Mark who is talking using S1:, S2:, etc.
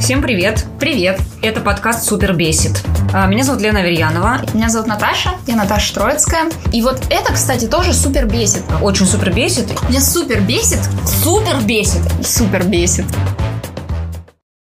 S1: Всем привет!
S2: Привет!
S1: Это подкаст «Супер бесит». А, Меня зовут Лена Аверьянова.
S2: Меня зовут Наташа, я Наташа Троицкая. И вот это, кстати, тоже супер бесит.
S1: Очень супер бесит.
S2: Меня супер бесит,
S1: Супер бесит!
S2: супер бесит.